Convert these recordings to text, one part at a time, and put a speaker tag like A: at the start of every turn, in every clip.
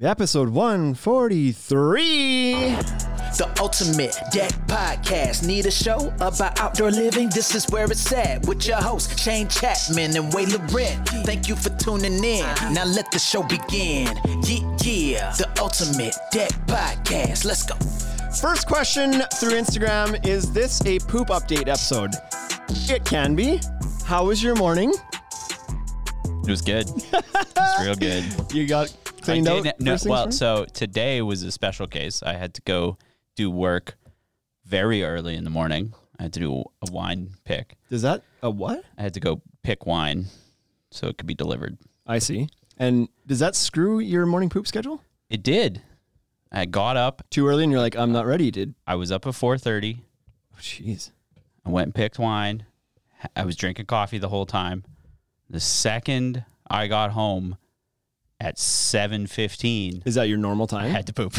A: Episode 143.
B: The Ultimate Deck Podcast. Need a show about outdoor living? This is where it's at with your hosts, Shane Chapman and Way Loren. Thank you for tuning in. Now let the show begin. Yeah, yeah. The Ultimate Deck Podcast. Let's go.
A: First question through Instagram Is this a poop update episode? It can be. How was your morning?
C: It was good. it was real good.
A: You got cleaned
C: I
A: out?
C: did- no,
A: first things
C: well,
A: first?
C: so today was a special case. I had to go do work very early in the morning. I had to do a wine pick.
A: Is that a what?
C: I had to go pick wine so it could be delivered.
A: I see. And does that screw your morning poop schedule?
C: It did. I got up.
A: Too early and you're like, I'm not ready, dude.
C: I was up at 4:30.
A: Oh, Jeez.
C: I went and picked wine. I was drinking coffee the whole time. The second I got home at 7:15,
A: Is that your normal
C: I
A: time?
C: had to poop.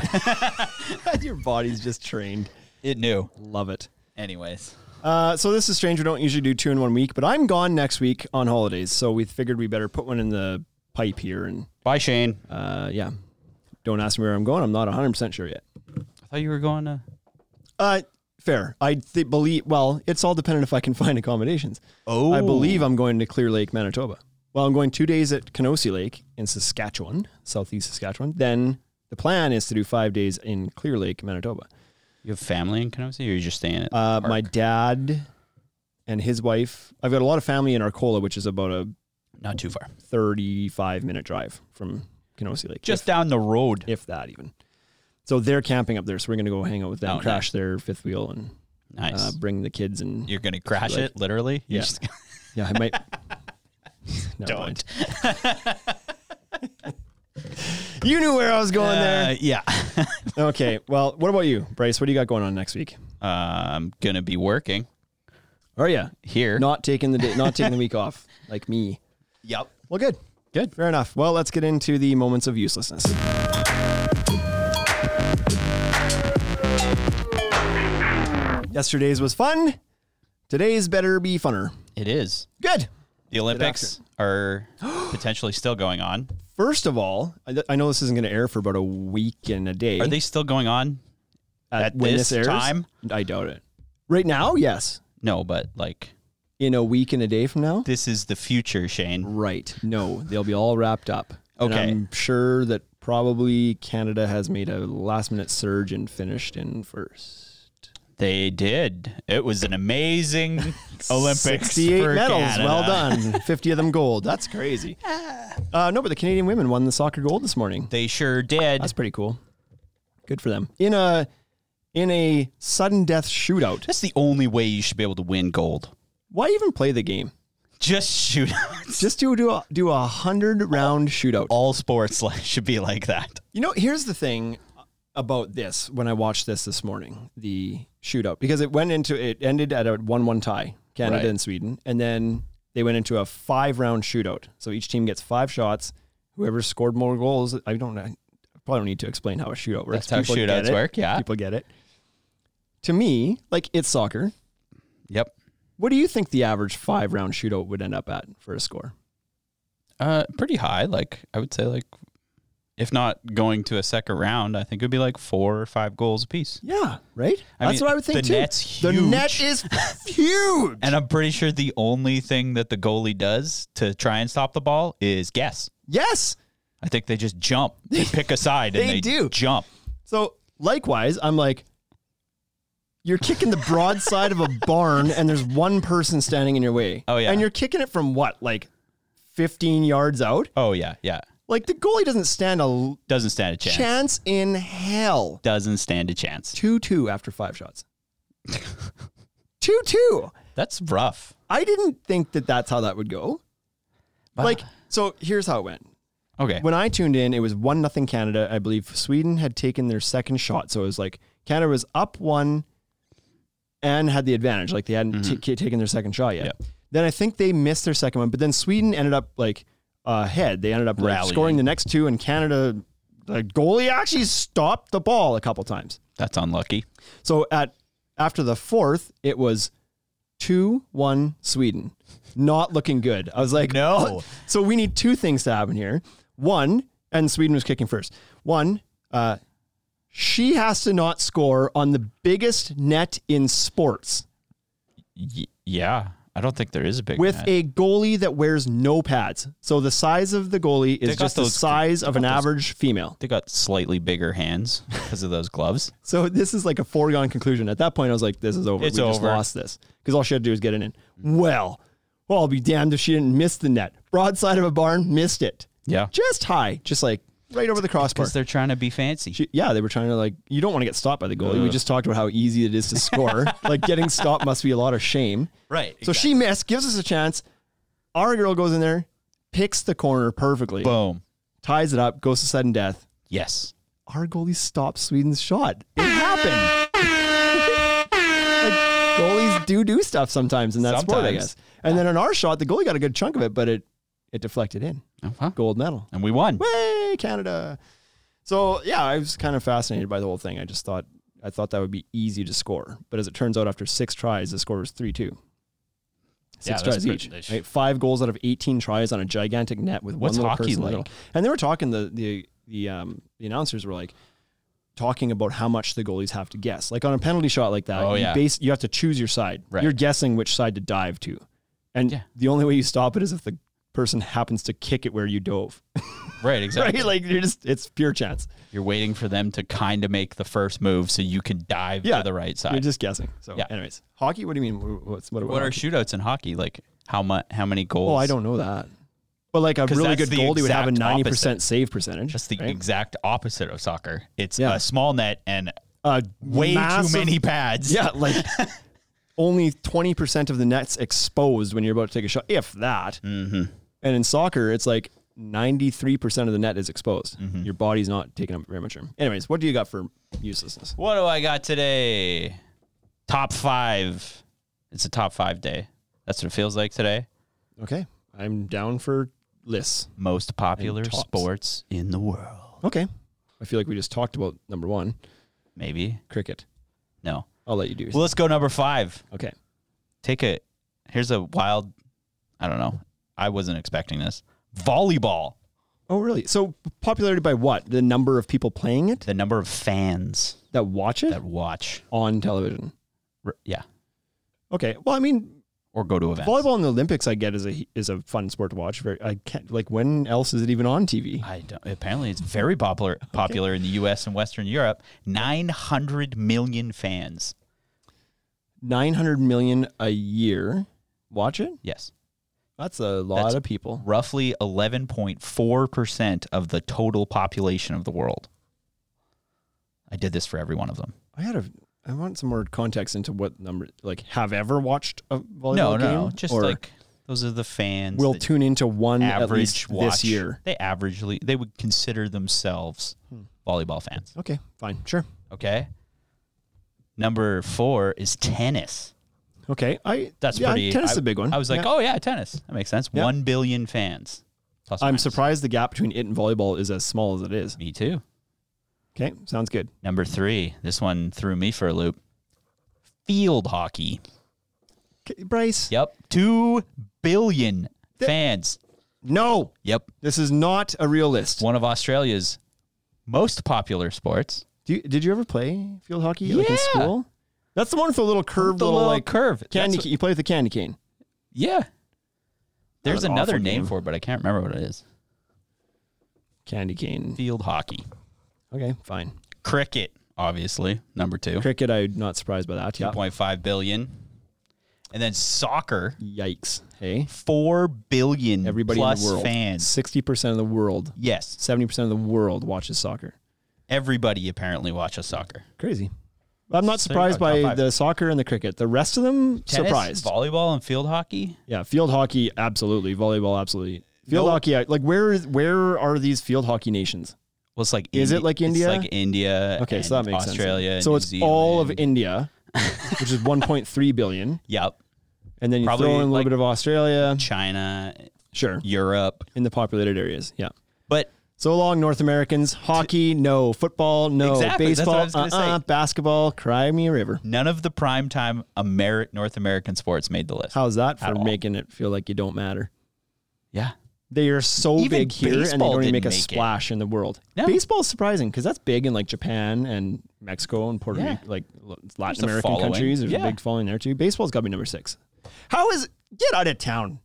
A: your body's just trained.
C: it knew.
A: Love it.
C: Anyways,
A: Uh, so this is strange. We don't usually do two in one week, but I'm gone next week on holidays, so we figured we better put one in the pipe here. And
C: bye Shane.
A: uh, yeah, don't ask me where I'm going. I'm not 100 percent sure yet.
C: I thought you were going to
A: Uh, fair. I th- believe. Well, it's all dependent if I can find accommodations.
C: Oh.
A: I believe I'm going to Clear Lake, Manitoba. Well, I'm going two days at Kenosi Lake in Saskatchewan, southeast Saskatchewan. Then the plan is to do five days in Clear Lake, Manitoba.
C: You have family in Kenosha, or you're just staying at
A: Uh,
C: the
A: my
C: park?
A: dad and his wife. I've got a lot of family in Arcola, which is about a
C: not too far,
A: 35 minute drive from Kenosi Lake.
C: just down the road.
A: if, if that even. So they're camping up there, so we're gonna go hang out with them,
C: Oh,
A: crash their fifth wheel, and
C: Nice.
A: uh, bring the kids and
C: you're gonna crash
A: like-
C: it literally. You're
A: Yeah.
C: just gonna-
A: yeah, I might. Never mind. you knew where I was going
C: Uh,
A: there.
C: yeah.
A: Okay, well, what about you, Bryce? What do you got going on next week?
C: Uh, I'm gonna be working
A: Oh yeah,
C: here.
A: not taking the day, not taking the week off like me.
C: Yep.
A: Well, good,
C: Good.
A: fair enough. Well, let's get into the moments of uselessness. Yesterday's was fun. Today's better be funner.
C: It is.
A: Good.
C: The Olympics are potentially still going on.
A: First of all, I, I know this isn't going to air for about a week and a day.
C: Are they still going on? at this time?
A: I doubt it. Right now, yes.
C: No, but like
A: In a week and a day from now,
C: this is the future, Shane.
A: right? No, they'll be all wrapped up. And
C: Okay.
A: I'm sure that probably Canada has made a last minute surge and finished in first.
C: They did. It was an amazing Olympics.
A: 68
C: for
A: medals.
C: Canada.
A: Well done. 50 of them gold. That's crazy. Uh, no, but the Canadian women won the soccer gold this morning.
C: They sure did.
A: That's pretty cool. Good for them. In a in a sudden death shootout.
C: That's the only way you should be able to win gold.
A: Why even play the game?
C: Just shootouts.
A: Just do do a, do a hundred round shootout.
C: all sports like should be like that.
A: You know, here's the thing about this. When I watched this this morning, the shootout because it went into it ended at a one one tie, Canada
C: Right.
A: and Sweden, and then they went into a five round shootout. So each team gets five shots. Whoever scored more goals, I don't know. I Probably don't need to explain how a shootout works.
C: That's how
A: get
C: shootouts
A: it.
C: work, yeah.
A: people get it. To me, like it's soccer.
C: Yep.
A: What do you think the average five round shootout would end up at for a score?
C: Uh, pretty high. Like I would say, like if not going to a second round, I think it would be like four or five goals apiece.
A: Yeah, right.
C: I
A: That's
C: mean,
A: what I would think
C: the
A: too.
C: net's
A: The
C: huge.
A: net is huge.
C: And I'm pretty sure the only thing that the goalie does to try and stop the ball is guess.
A: yes.
C: I think they just jump. They pick a side and
A: They
C: they,
A: do.
C: jump.
A: So likewise, I'm like, you're kicking the broadside of a barn, and there's one person standing in your way.
C: Oh, yeah.
A: and you're kicking it from what, like, 15 yards out?
C: Oh yeah, yeah.
A: Like the goalie doesn't stand a l-
C: Doesn't stand a chance.
A: chance in hell.
C: Doesn't stand a chance.
A: Two two after five shots. Two two.
C: That's rough.
A: I didn't think that that's how that would go.
C: Wow.
A: Like, so here's how it went.
C: Okay.
A: When I tuned in, it was one nothing Canada. I believe Sweden had taken their second shot, so it was like Canada was up one and had the advantage. Like they hadn't ta- taken their second shot yet.
C: Mm-hmm. Yep.
A: Then I think they missed their second one, but then Sweden ended up like ahead. They ended up like,
C: Rallying.
A: scoring the next two, and Canada, the goalie actually stopped the ball a couple times.
C: That's unlucky.
A: So at after the fourth, it was two one Sweden. Not looking good. I was like,
C: No.
A: So we need two things to happen here. One, and Sweden was kicking first. One, uh, she has to not score on the biggest net in sports
C: Y- yeah, I don't think there is a big
A: with
C: net.
A: a goalie that wears no pads. So the size of the goalie
C: They
A: is
C: got
A: just the
C: those-
A: size of
C: they
A: an
C: got those-
A: average female.
C: they got slightly bigger hands because of those gloves.
A: So this is like a foregone conclusion. At that point, I was like, "This is over.
C: It's
A: we just
C: over.
A: lost this because all she had to do is get it in." Well, well, I'll be damned if she didn't miss the net. Broadside of a barn, missed it.
C: Yeah.
A: just high, just like right over the crossbar.
C: Because they're trying to be fancy.
A: She- yeah, they were trying to like, you don't want to get stopped by the goalie. We just talked about how easy it is to score. like getting stopped must be a lot of shame.
C: right.
A: So she missed, gives us a chance. Our girl goes in there, picks the corner perfectly,
C: boom.
A: ties it up, goes to sudden death.
C: Yes.
A: Our goalie stops Sweden's shot. It happened. like goalies do do stuff sometimes in that sport, I
C: Sometimes.
A: guess. And then on our shot, the goalie got a good chunk of it, but it it deflected in.
C: Uh-huh.
A: Gold medal.
C: And we won.
A: Way Canada. So yeah, I was kind of fascinated by the whole thing. I just thought I thought that would be easy to score, but as it turns out, after six tries, the score was three two.
C: Yeah,
A: Six
C: that's
A: tries
C: pretty-
A: each.
C: that's-
A: Right? Five goals out of eighteen tries on a gigantic net with
C: What's
A: one little
C: hockey
A: person in the
C: like?
A: middle. And they were talking the the the um the announcers were like talking about how much the goalies have to guess. Like on a penalty shot like that,
C: Oh,
A: you
C: yeah.
A: base you have to choose your side.
C: Right.
A: You're guessing which side to dive to. And
C: Yeah.
A: the only way you stop it is if the person happens to kick it where you dove
C: Right, exactly.
A: right? Like you're just it's pure chance.
C: You're waiting for them to kind of make the first move so you can dive
A: Yeah.
C: to the right
A: You're
C: side.
A: just guessing. So,
C: Yeah.
A: anyways, hockey. What do you mean? Wh- What's what?
C: what are shootouts in hockey? Like how much how many goals?
A: Oh, I don't know that. But like a
C: 'Cause
A: really good
C: that's the
A: goalie would have a
C: exact
A: ninety percent
C: opposite.
A: save percentage.
C: That's the
A: right?
C: exact opposite of soccer. It's
A: Yeah.
C: a small net and
A: uh,
C: way
A: massive-
C: too many pads.
A: Yeah, like only twenty percent of the net's exposed when you're about to take a shot, if that.
C: Mm-hmm.
A: And in soccer, it's like ninety-three percent of the net is exposed.
C: Mm-hmm.
A: Your body's not taking up very much room. Anyways, what do you got for uselessness?
C: What do I got today? Top five. It's a top five day. That's what it feels like today.
A: Okay, I'm down for lists.
C: Most popular
A: tops.
C: sports in the world.
A: Okay. I feel like we just talked about number one,
C: Maybe.
A: cricket.
C: No.
A: I'll let you do. yours.
C: Well, let's go number five.
A: okay.
C: Take a here's a wild I don't know. I wasn't expecting this. Volleyball.
A: Oh, really? So popularity by what? The number of people playing it
C: The number of fans
A: that watch it
C: that watch.
A: on television.
C: R- Yeah.
A: Okay. Well, I mean,
C: Or go to events.
A: volleyball in the Olympics, I get is a is a fun sport to watch. Very, I can't like when else is it even on TV?
C: I don't, apparently it's very popular popular in the US and Western Europe. 900 million fans.
A: Nine hundred million a year watch it.
C: Yes.
A: That's a lot
C: That's-
A: of people.
C: Roughly 11.4% of the total population of the world. I did this for every one of them.
A: I had a. I want some more context into what number like have ever watched a volleyball
C: No,
A: game?
C: no, no, just
A: Or
C: like those are the fans.
A: we'll
C: that
A: tune into one at
C: average
A: least
C: watch
A: this year. Hmm.
C: They averagely they would consider themselves volleyball fans.
A: Okay, fine, sure.
C: Okay. Number four is tennis.
A: Okay, I
C: That's
A: yeah,
C: pretty.
A: Tennis
C: I,
A: is a big one.
C: I was like,
A: Yeah.
C: oh yeah, tennis. That makes sense.
A: Yeah.
C: One billion fans. Plus or
A: I'm
C: minus.
A: surprised the gap between it and volleyball is as small as it is.
C: Me too.
A: Okay, sounds good.
C: Number three. This one threw me for a loop. Field hockey.
A: Okay, Bryce,
C: Yep. Two billion fans.
A: no,
C: Yep.
A: this is not a real list.
C: One of Australia's most popular sports.
A: Do you, did you ever play field hockey like in
C: Yeah.
A: school? That's the one with the little curved
C: the
A: little,
C: little
A: like
C: curve.
A: candy.
C: That's
A: ca- you play with the candy cane.
C: Yeah. There's
A: an
C: another
A: awful
C: name
A: game.
C: for it, but I can't remember what it is.
A: Candy cane.
C: Field hockey.
A: Okay, fine.
C: Cricket, obviously, number two.
A: Cricket, I'm not surprised by that. Yeah.
C: 2.5 billion. And then soccer,
A: Yikes. Hey,
C: 4 billion
A: everybody
C: plus
A: in the world,
C: fans.
A: sixty percent of the world,
C: Yes.
A: seventy percent of the world watches soccer.
C: Everybody apparently watches soccer.
A: Crazy. I'm not
C: there you go,
A: surprised
C: top
A: by
C: five.
A: the soccer and the cricket. The rest of them,
C: Tennis,
A: surprised.
C: Volleyball and field hockey.
A: Yeah, field hockey, absolutely. Volleyball, absolutely. Field hockey, I- like where is where are these field hockey nations?
C: Well, it's like
A: Is it
C: Indi-
A: like
C: it's
A: India?
C: like India.
A: Okay, so that
C: and
A: makes
C: Australia.
A: sense.
C: and
A: So
C: New
A: it's all of
C: Zealand.
A: India, which is 1.3 billion,
C: Yep.
A: and then you
C: Probably,
A: throw in a little
C: like-
A: bit of Australia,
C: China,
A: sure,
C: Europe.
A: in the populated areas. Yeah.
C: But
A: So long, North Americans. Hockey, no. Football, no.
C: Exactly, that's what I
A: Baseball,
C: was gonna
A: uh-uh.
C: say.
A: Basketball, cry me a river.
C: none of the primetime Ameri- North American sports made the list.
A: How's that
C: At
A: for
C: all.
A: making it feel like you don't matter?
C: Yeah.
A: They are so
C: Even
A: big here, and they
C: baseball
A: don't even
C: didn't
A: make a
C: make it.
A: splash in the world.
C: No.
A: Baseball is surprising because that's big in like Japan and Mexico and Puerto
C: Yeah.
A: Rico, like l- Latin
C: a
A: American
C: following.
A: countries. There's
C: Yeah.
A: a big following there too. Baseball's got to be number six. How is get out of town?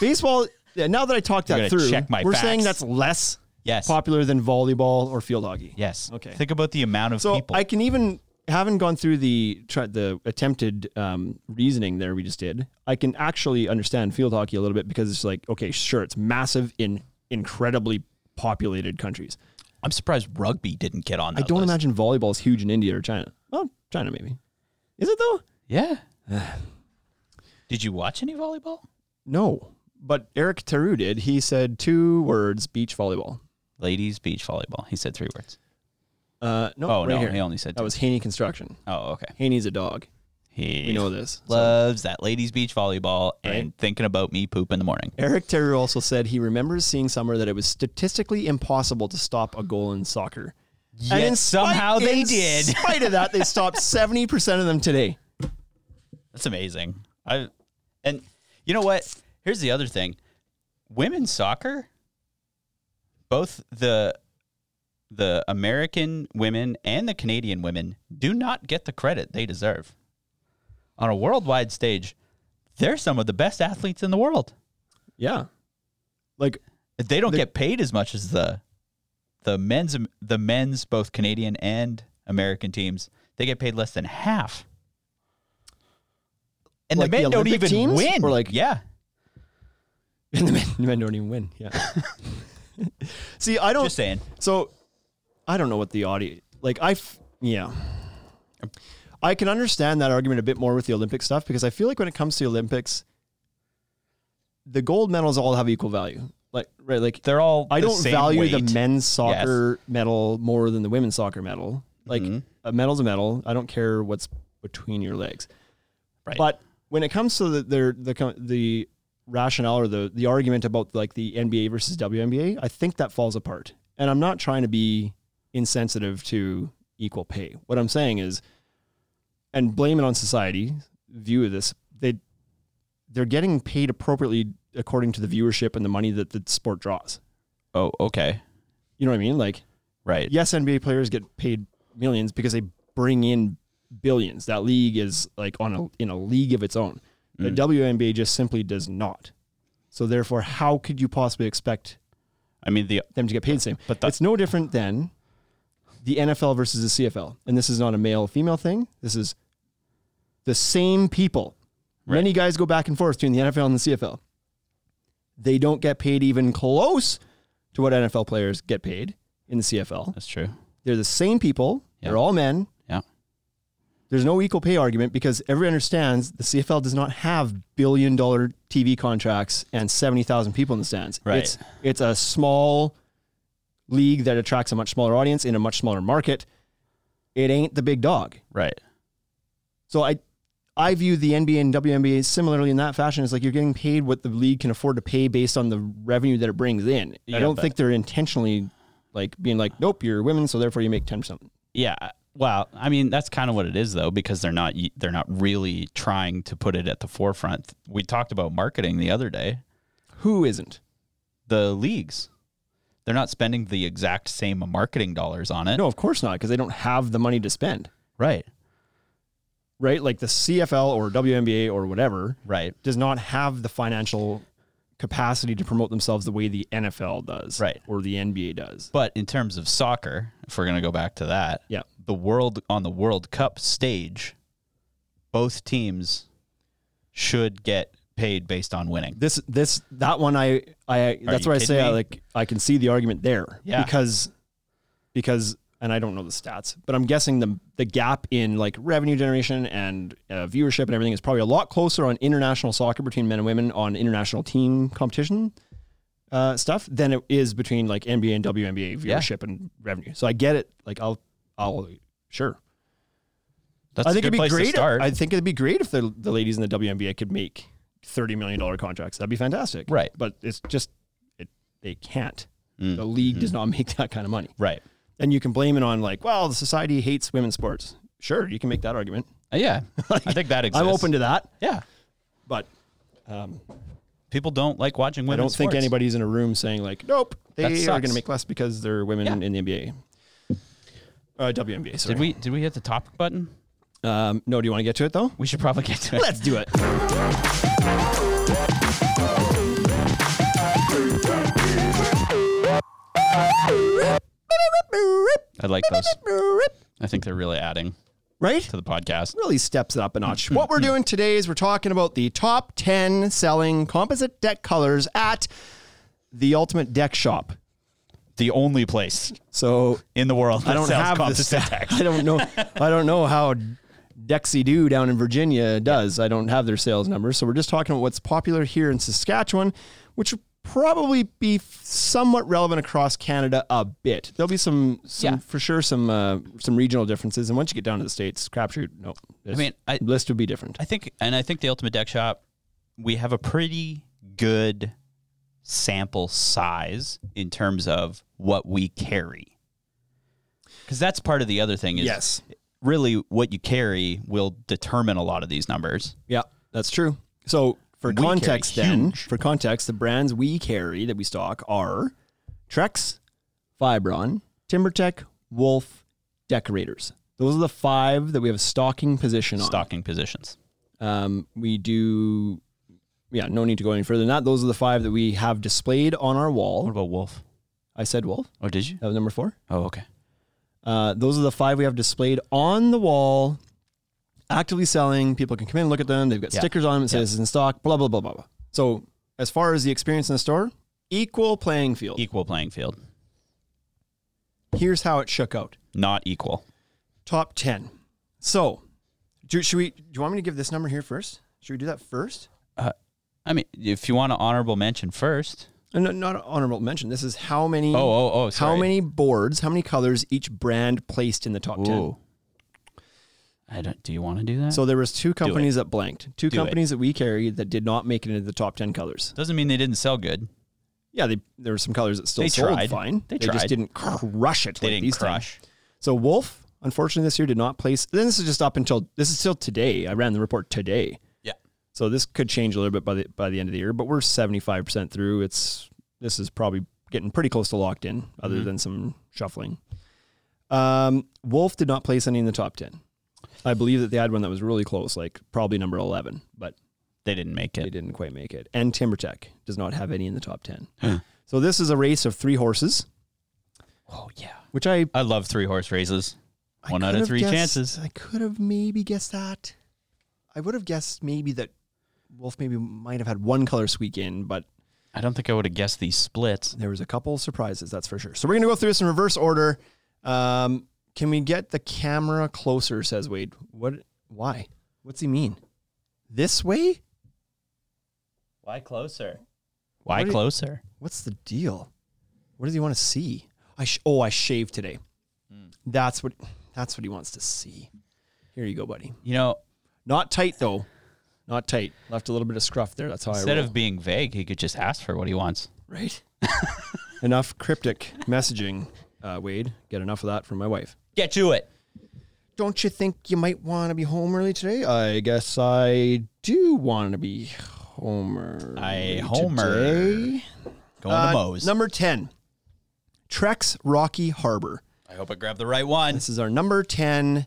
A: Baseball. Yeah, now that I talked
C: You
A: that
C: gotta
A: through,
C: check my
A: we're
C: facts.
A: saying that's less
C: Yes.
A: popular than volleyball or field hockey.
C: Yes.
A: Okay.
C: Think about the amount of
A: So
C: people.
A: I can even having gone through the try, the attempted um, reasoning there we just did. I can actually understand field hockey a little bit because it's like okay, sure, it's massive in incredibly populated countries.
C: I'm surprised rugby didn't get on.
A: I
C: That
A: don't
C: list.
A: imagine volleyball is huge in India or China. Well, China maybe. Is it though?
C: Yeah. Did you watch any volleyball?
A: No. But Eric Taru did. He said two words: beach volleyball.
C: Ladies beach volleyball. He said three words.
A: Uh, no,
C: Oh
A: right
C: no,
A: here.
C: he only said two.
A: that was Haney Construction.
C: oh okay.
A: Haney's a dog.
C: He
A: We know this. so-
C: loves that ladies beach volleyball and thinking about me poop in the morning.
A: Eric Terry also said he remembers seeing somewhere that it was statistically impossible to stop a goal in soccer.
C: Yet
A: in spite-
C: somehow they
A: in
C: did.
A: spite of that, they stopped 70% of them today.
C: That's amazing. I and you know what? Here's the other thing. Women's soccer, both the the American women and the Canadian women do not get the credit they deserve. On a worldwide stage, they're some of the best athletes in the world.
A: Yeah. Like,
C: They don't
A: They-
C: get paid as much as the the men's um, the men's both Canadian and American teams. They get paid less than half. And
A: Like
C: the
A: the
C: men don't
A: Olympic
C: even
A: teams?
C: win.
A: Or like-
C: yeah.
A: and the men, the men don't even win. Yeah. See, I don't.
C: Just saying.
A: So I don't know what the audio like I f- yeah. I can understand that argument a bit more with the Olympic stuff because I feel like when it comes to Olympics the gold medals all have equal value. Like right like
C: They're all
A: I
C: the
A: don't
C: same
A: value
C: weight.
A: the men's soccer medal more than the women's soccer medal. Like a medal's a medal. I don't care what's between your legs.
C: Right.
A: But when it comes to the the the, co- the rationale or the the argument about like the NBA versus WNBA, I think that falls apart. And I'm not trying to be insensitive to equal pay. What I'm saying is, and blame it on society view of this. They they're getting paid appropriately according to the viewership and the money that the sport draws.
C: Oh, okay.
A: You know what I mean? Like,
C: Right.
A: yes, NBA players get paid millions because they bring in billions. That league is like on a in a league of its own. The
C: Mm.
A: WNBA just simply does not. So therefore, how could you possibly expect
C: I mean the
A: them to get paid the same?
C: But
A: But
C: that-
A: it's no different than the NFL versus the CFL. And this is not a male female thing. This is the same people. Many guys go back and forth between the NFL and the CFL. They don't get paid even close to what NFL players get paid in the CFL.
C: That's true.
A: They're the same people. They're all men.
C: Yeah.
A: There's no equal pay argument because everyone understands the CFL does not have billion dollar TV contracts and 70,000 people in the stands.
C: Right.
A: It's, it's a small league that attracts a much smaller audience in a much smaller market. It ain't the big dog.
C: Right.
A: So I, I view the NBA and WNBA similarly in that fashion. It's like you're getting paid what the league can afford to pay based on the revenue that it brings in.
C: Yeah,
A: I don't
C: but-
A: think they're intentionally like being like, nope, you're women, so therefore you make 10%.
C: Yeah. Uh, Well, I mean that's kind of what it is though because they're not they're not really trying to put it at the forefront. We talked about marketing the other day.
A: Who isn't?
C: The leagues they're not spending the exact same marketing dollars on it.
A: No, of course not, because they don't have the money to spend,
C: Right.
A: right? Like the CFL or WNBA or whatever
C: Right.
A: does not have the financial capacity to promote themselves the way the NFL does,
C: Right.
A: Or the NBA does.
C: But in terms of soccer, if we're going to go back to that,
A: Yeah.
C: the world on the World Cup stage, both teams should get paid based on winning.
A: This, this, that one, I, I, that's
C: you
A: where I
C: kidding
A: say I,
C: me?
A: like I can see the argument there,
C: Yeah.
A: because, because, and I don't know the stats, but I'm guessing the the gap in like revenue generation and uh, viewership and everything is probably a lot closer on international soccer between men and women on international team competition uh, stuff than it is between like NBA and WNBA
C: Yeah.
A: viewership and revenue. So I get it. Like I'll, I'll sure.
C: That's
A: I think
C: a
A: it'd
C: good
A: be
C: place
A: great.
C: to start.
A: I think it'd be great if the, the ladies in the WNBA could make thirty million dollar contracts. That'd be fantastic.
C: Right. Mm.
A: But it's just it, they can't. The league does not make that kind of money.
C: Mm-hmm. right.
A: And you can blame it on like, well, the society hates women's sports. Sure, you can make that argument.
C: Uh, yeah. I think that exists.
A: I'm open to that.
C: Yeah.
A: But
C: people don't like watching
A: I
C: women.
A: don't think anybody's in a room saying like, nope,
C: That
A: they are
C: sucks.
A: going to make less because they're women
C: Yeah.
A: in the NBA. Uh, WNBA. Sorry.
C: Did we did we hit the topic button?
A: Um, no, do you want to get to it though?
C: We should probably get to it.
A: Let's do it.
C: I like those. I think they're really adding
A: Right?
C: to the podcast.
A: Really steps it up a notch. what we're doing today is we're talking about the top 10 selling composite deck colors at the Ultimate Deck Shop.
C: The only place
A: So
C: in the world that
A: I don't
C: sells
A: have the
C: composite
A: stat.
C: decks.
A: I don't know. I don't know how Dexy Doo down in Virginia does. I don't have their sales numbers, so we're just talking about what's popular here in Saskatchewan, which would probably be somewhat relevant across Canada a bit. There'll be some, some
C: Yeah.
A: for sure, some uh, some regional differences, and once you get down to the states, crapshoot. No, I
C: mean, I-
A: list would be different.
C: I think, and I think the Ultimate Deck Shop, we have a pretty good sample size in terms of what we carry. Because that's part of the other thing is
A: yes,
C: really what you carry will determine a lot of these numbers.
A: yeah, that's true. So. For
C: carry
A: context, then,
C: huge.
A: for context, the brands we carry that we stock are Trex, Fibron, TimberTech, Wolf, Decorators. Those are the five that we have a stocking position on.
C: Stocking positions.
A: Um, we do, yeah, no need to go any further than that. Those are the five that we have displayed on our
C: What
A: wall.
C: about Wolf?
A: I said Wolf.
C: Oh, did you?
A: That was number four.
C: Oh, okay.
A: Uh, those are the five we have displayed on the wall, actively selling. People can come in and look at them. They've got
C: Yeah.
A: stickers on them that says it's in stock, blah, blah, blah, blah, blah. So, as far as the experience in the store, equal playing field.
C: Equal playing field.
A: Here's how it shook out.
C: Not equal.
A: top 10. So, do, should we, do you want me to give this number here first? Should we do that first?
C: I mean, if you want an honorable mention first.
A: Uh, No, not an honorable mention. This is how many,
C: Oh, oh, oh.
A: how
C: sorry.
A: many boards, how many colors each brand placed in the top 10.
C: Ooh. I don't. Do you want to do that?
A: So there was two companies that blanked, two
C: Do it.
A: companies that we carried that did not make it into the top 10 colors.
C: doesn't mean they didn't sell good.
A: Yeah, they, there were some colors that still
C: They
A: sold
C: tried.
A: fine.
C: They
A: just
C: tried.
A: didn't crush it.
C: They
A: like
C: didn't
A: these things.
C: crush.
A: So Wolf, unfortunately, this year did not place. Then this is just up until this is still today. I ran the report today.
C: Yeah.
A: So this could change a little bit by the by the end of the year, but we're seventy five percent through. It's this is probably getting pretty close to locked in, other
C: Mm-hmm.
A: than some shuffling. Um, Wolf did not place any in the top ten. I believe that they had one that was really close, like probably number eleven, but
C: They didn't make
A: they
C: it.
A: didn't quite make it. And TimberTech does not have any in the top ten. so this is a race of three horses,
C: Oh yeah.
A: which I
C: I love three horse races.
A: I
C: One out
A: could
C: of
A: have
C: three
A: guessed-
C: chances.
A: I could have maybe guessed that. I would have guessed maybe that Wolf maybe might have had one color squeak in, but
C: I don't think I would have guessed these splits.
A: there was a couple surprises, that's for sure. So we're gonna go through this in reverse order. Um, can we get the camera closer? Says Wade. What? Why? What's he mean? This way?
C: Why closer? Why
A: What do you-
C: closer?
A: What's the deal? What does he want to see? I sh- oh, I shaved today.
C: Hmm.
A: That's what. That's what he wants to see. Here you go, buddy.
C: You know,
A: Not tight though. Not tight. Left a little bit of scruff there. That's how
C: instead
A: I roll.
C: of being vague, he could just ask for what he wants.
A: right. enough cryptic messaging, uh, Wade. Get enough of that from my wife.
C: Get to it.
A: Don't you think you might want to be home early today? I guess I do want to be Homer. Uh,
C: I Homer. Going to Moe's.
A: number ten, Trex Rocky Harbor.
C: I hope I grabbed the right one.
A: This is our number 10.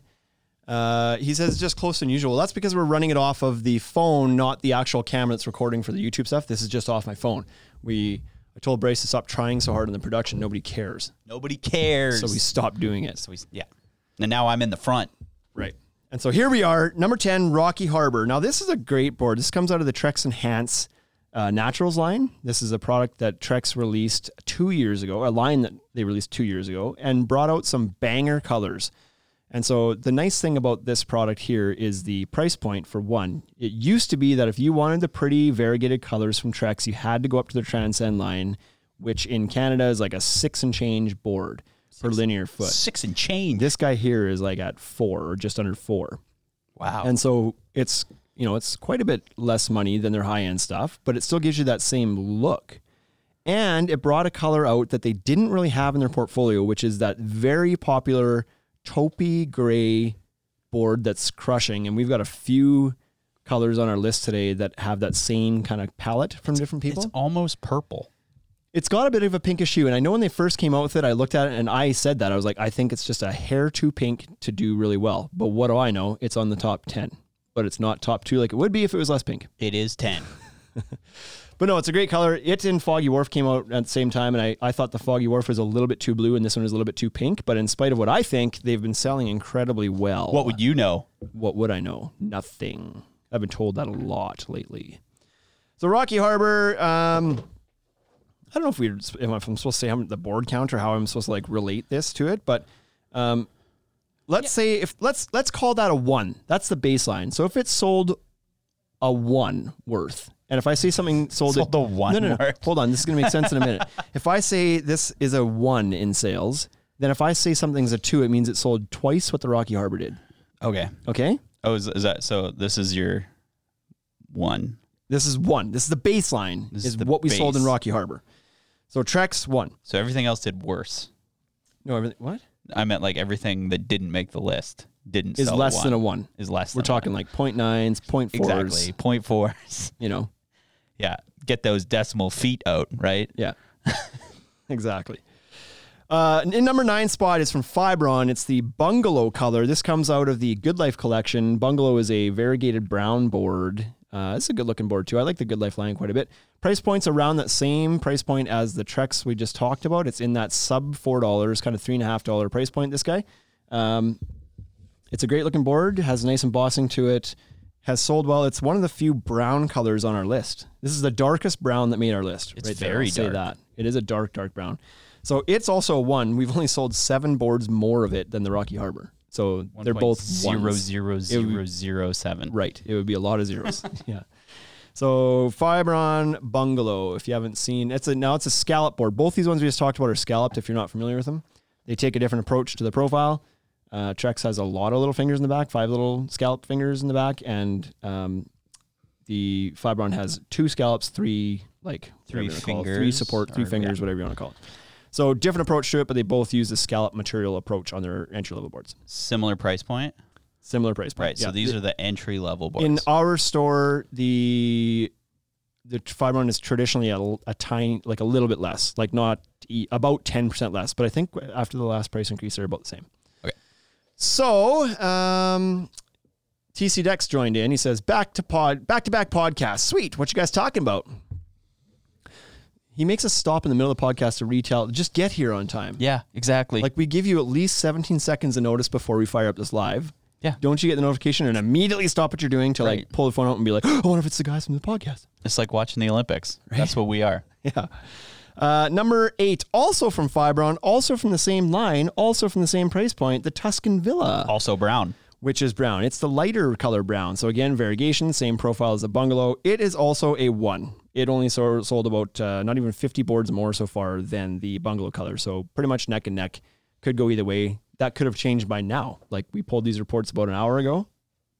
A: Uh, he says just close than usual. That's because we're running it off of the phone, not the actual camera that's recording for the YouTube stuff. This is just off my phone. We I told Brace to stop trying so hard in the production. Nobody cares.
C: Nobody cares.
A: So we stopped doing it.
C: So we- yeah. And now I'm in the front.
A: Right. And so here we are, number 10, Rocky Harbor. Now, this is a great board. This comes out of the Trex Enhance uh, Naturals line. This is a product that Trex released two years ago, a line that they released two years ago, and brought out some banger colors. And so the nice thing about this product here is the price point for one. It used to be that if you wanted the pretty variegated colors from Trex, you had to go up to the Transcend line, which in Canada is like a six and change board per linear foot
C: Six and change.
A: this guy here is like at four or just under four.
C: wow.
A: And so it's, you know, it's quite a bit less money than their high end stuff, but it still gives you that same look. And it brought a color out that they didn't really have in their portfolio, which is that very popular taupey gray board that's crushing. And we've got a few colors on our list today that have that same kind of palette from different people.
C: It's almost purple.
A: it's got a bit of a pinkish hue, and I know when they first came out with it, I looked at it and I said that I was like, I think it's just a hair too pink to do really well. But what do I know? It's on the top ten, but it's not top two like it would be if it was less pink.
C: It is ten.
A: But no, it's a great color. It and Foggy Wharf came out at the same time, and I, I thought the Foggy Wharf was a little bit too blue and this one is a little bit too pink. But in spite of what I think, they've been selling incredibly well.
C: What would you know?
A: what would I know? Nothing. I've been told that a lot lately. So Rocky Harbor. Um, I don't know if we if I'm supposed to say how many- the board count or how I'm supposed to like relate this to it, but um, let's say if let's let's call that a one. That's the baseline. So if it's sold a one worth, and if I say something sold,
C: Sold
A: at,
C: a one
A: no, no, no.
C: worth.
A: Hold on, this is gonna make sense in a minute. If I say this is a one in sales, then if I say something's a two, it means it sold twice what the Rocky Harbor did.
C: Okay.
A: Okay.
C: Oh, is, is that so? This is your one.
A: This is one. This is the baseline.
C: This
A: Is,
C: is the
A: what we sold in
C: base.
A: Rocky Harbor. So Trex one.
C: So everything else did worse.
A: No, everything. What
C: I meant like everything that didn't make the list didn't
A: is
C: sell
A: less than a one?
C: Is less.
A: We're
C: than a
A: talking like point nines, point fours.
C: one. exactly point fours.
A: You know.
C: Yeah, get those decimal feet out, right?
A: Yeah. exactly. Uh, in number nine spot is from Fibron. It's the bungalow color. This comes out of the Good Life collection. Bungalow is a variegated brown board. Uh, it's a good looking board too. I like the Good Life line quite a bit. Price point's around that same price point as the Trex we just talked about. It's in that sub four dollars, kind of three and a half dollar price point. This guy. Um, it's a great looking board. Has nice embossing to it. Has sold well. It's one of the few brown colors on our list. This is the darkest brown that made our list.
C: It's
A: there.
C: very
A: I'll say
C: dark.
A: that. It is a dark, dark brown. So it's also a one. We've only sold seven boards more of it than the Rocky Harbor. So they're both
C: zero
A: ones.
C: zero zero zero seven.
A: Right. It would be a lot of zeros. yeah. So Fibron Bungalow, if you haven't seen, it's a now it's a scallop board. Both these ones we just talked about are scalloped. If you're not familiar with them, they take a different approach to the profile. Uh, Trex has a lot of little fingers in the back, five little scallop fingers in the back, and um, the Fibron has two scallops, three like
C: Three
A: whatever you wanna call it, three
C: fingers,
A: support, three
C: or-
A: fingers, whatever you want to call it. So different approach to it, but they both use the scallop material approach on their entry level boards.
C: Similar price point.
A: Similar price point.
C: Right. So these are the entry level boards.
A: in our store the the fibron is traditionally a, a tiny like a little bit less like not e- about 10% less but i think after the last price increase they're about the same
C: Okay.
A: so um tc dex joined in he says back to pod back to back podcast sweet what you guys talking about he makes us stop in the middle of the podcast to retell just get here on time
C: yeah, exactly.
A: like we give you at least 17 seconds of notice before we fire up this live.
C: Yeah.
A: Don't you get the notification and immediately stop what you're doing to like
C: Right.
A: pull the phone out and be like, oh, I wonder if it's the guys from the podcast.
C: it's like watching the Olympics. That's what we are.
A: Yeah. Uh, number eight, also from Fibron, also from the same line, also from the same price point, the Tuscan Villa,
C: Also brown.
A: which is brown. It's the lighter color brown. So again, variegation, same profile as the bungalow. It is also a one. It only so- sold about uh, not even 50 boards more so far than the bungalow color. So pretty much neck and neck. Could go either way. That could have changed by now. Like we pulled these reports about an hour ago.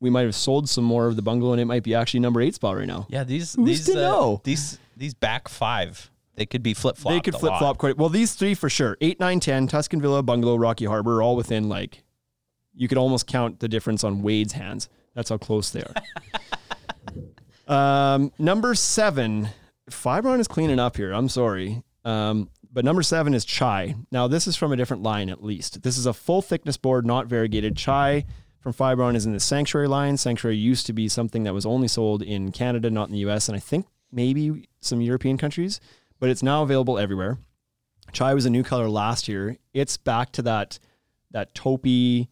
A: We might have sold some more of the bungalow, and it might be actually number eight spot right now.
C: Yeah, these
A: Who's
C: these uh,
A: to know?
C: these these back five. They could be flip flop.
A: They could flip flop quite well. These three for sure: eight, nine, ten. Tuscan Villa, Bungalow, Rocky Harbor, are all within like you could almost count the difference on Wade's hands. That's how close they are. um, number seven, Fibron is cleaning up here. I'm sorry, um, but number seven is Chai. Now this is from a different line, at least. This is a full thickness board, not variegated. Chai from Fibron is in the Sanctuary line. Sanctuary used to be something that was only sold in Canada, not in the U.S., and I think maybe some European countries. But it's now available everywhere. Chai was a new color last year. It's back to that that taupey.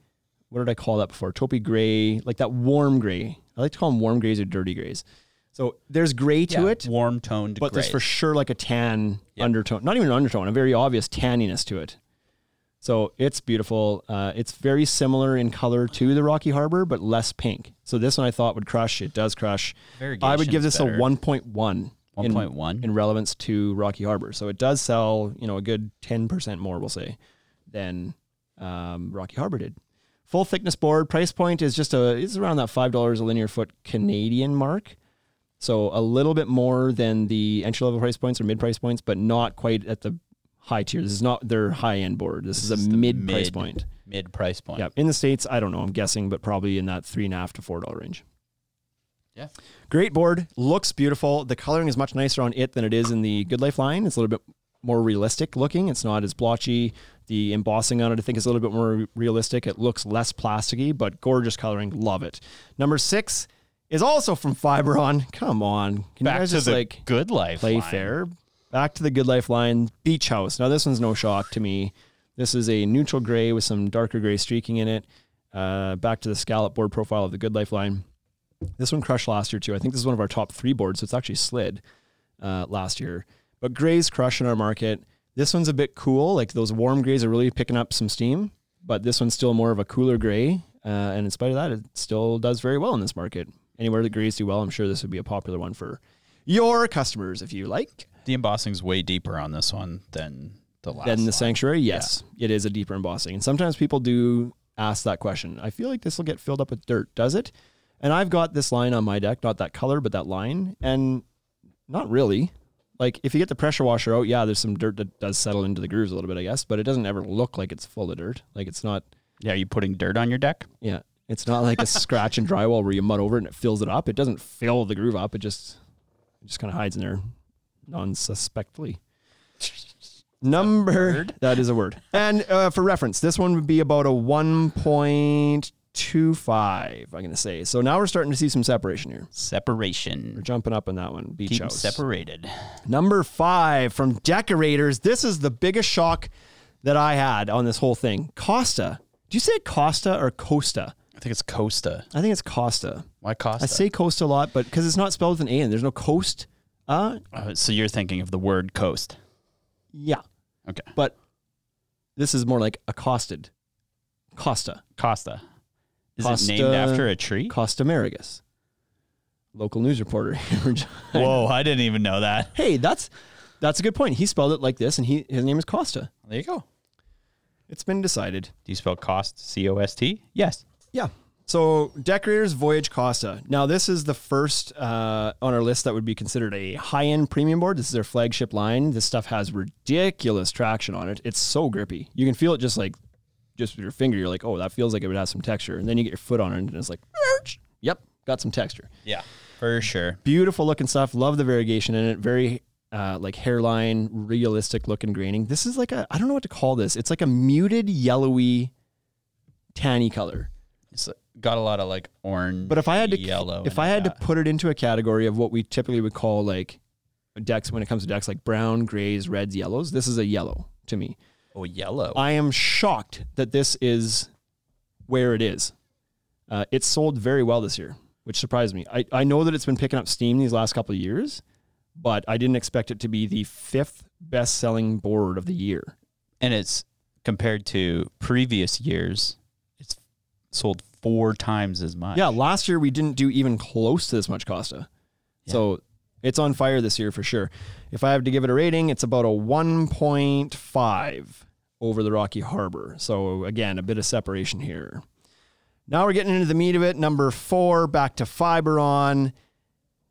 A: What did I call that before? Taupey gray, like that warm gray. I like to call them warm grays or dirty grays. So there's gray to it,
C: Warm toned.
A: but there's for sure like a tan undertone. Not even an undertone, a very obvious tanniness to it. So it's beautiful. Uh, it's very similar in color to the Rocky Harbor, but less pink. So this one I thought would crush. It does crush. I would give this
C: Variegation's
A: a
C: better.
A: 1.1 in-
C: 1.1?
A: in relevance to Rocky Harbor. So it does sell, you know, a good 10% more, we'll say, than um, Rocky Harbor did. Full thickness board price point is just a it's around that five dollars a linear foot Canadian mark. So a little bit more than the entry level price points or mid price points, but not quite at the high tier. This is not their high end board. This, is, a mid, price point.
C: Mid price point.
A: Yeah, in the states, I don't know. I'm guessing, but probably in that three and a half to four dollar range.
C: Yeah.
A: Great board. Looks beautiful. The coloring is much nicer on it than it is in the Good Life line. It's a little bit more realistic looking. It's not as blotchy. The embossing on it, I think, is a little bit more re- realistic. It looks less plasticky, but gorgeous coloring. Love it. Number six is also from Fibron. Come on. Can you
C: Back
A: guys
C: to
A: just
C: the
A: like
C: good life.
A: play
C: line.
A: fair? Back to the Good Life line. Beach House. Now, this one's no shock to me. This is a neutral gray with some darker gray streaking in it. Uh, back to the scallop board profile of the Good Life line. This one crushed last year too. I think this is one of our top three boards, so it's actually slid uh, last year. But grays crush in our market. This one's a bit cool. Like those warm grays are really picking up some steam, but this one's still more of a cooler gray. Uh, and in spite of that, it still does very well in this market. Anywhere that grays do well, I'm sure this would be a popular one for your customers if you like.
C: The embossing's way deeper on this one than the last.
A: Then
C: line.
A: the sanctuary, yes, it is a deeper embossing. And sometimes people do ask that question. I feel like this will get filled up with dirt, does it? And I've got this line on my deck, not that color, but that line, and not really. Like if you get the pressure washer out, yeah, there's some dirt that does settle into the grooves a little bit, I guess, but it doesn't ever look like it's full of dirt. Like it's not,
C: Yeah, you putting dirt on your deck?
A: yeah, it's not like a scratch and drywall where you mud over it and it fills it up. It doesn't fill the groove up. It just, it just kind of hides in there, non-suspectly. Number that is a word. And uh, for reference, this one would be about a one point two five. I'm gonna say. So now we're starting to see some separation here. We're
C: Separation.
A: jumping up on that one. Beach
C: Keep 'em
A: house.
C: separated.
A: Number five from decorators. This is the biggest shock that I had on this whole thing. Costa. Do you say Costa or Costa?
C: I think it's Costa.
A: I think it's Costa.
C: Why Costa?
A: I say coast a lot, but because it's not spelled with an A and there's no coast. Uh,
C: Oh, so you're thinking of the word coast.
A: yeah,
C: Okay.
A: but this is more like accosted. Costa.
C: Costa. Is
A: Costa-
C: it named after a tree?
A: Costa Marigas. Local news reporter. here in Regina.
C: Whoa, I didn't even know that.
A: hey, that's that's a good point. He spelled it like this and he his name is Costa.
C: There you go.
A: It's been decided.
C: Do you spell cost C O S T? Yes.
A: Yeah. So decorators Voyage Costa. Now this is the first uh, on our list that would be considered a high-end premium board. This is their flagship line. This stuff has ridiculous traction on it. It's so grippy. You can feel it just like just with your finger. You're like, oh, that feels like it would have some texture. And then you get your foot on it, and it's like, "Ouch." yep, got some texture.
C: Yeah, for sure.
A: Beautiful looking stuff. Love the variegation in it. Very uh, like hairline, realistic looking graining. This is like a I don't know what to call this. It's like a muted yellowy, tanny color.
C: It's uh, got a lot of like orange.
A: But if I had to
C: yellow.
A: if
C: in
A: I
C: it,
A: had
C: yeah.
A: to put it into a category of what we typically would call like decks when it comes to decks like brown, grays, reds, yellows, this is a yellow to me.
C: oh yellow,
A: I am shocked that this is where it is. Uh, it sold very well this year, which surprised me. I, I know that it's been picking up steam these last couple of years, but I didn't expect it to be the fifth best selling board of the year.
C: and it's compared to previous years, it's sold four times as much.
A: Yeah, last year we didn't do even close to this much Costa. So it's on fire this year for sure. If I have to give it a rating, it's about a 1.5 over the Rocky Harbor. So again, a bit of separation here. Now we're getting into the meat of it. Number four, back to Fiberon.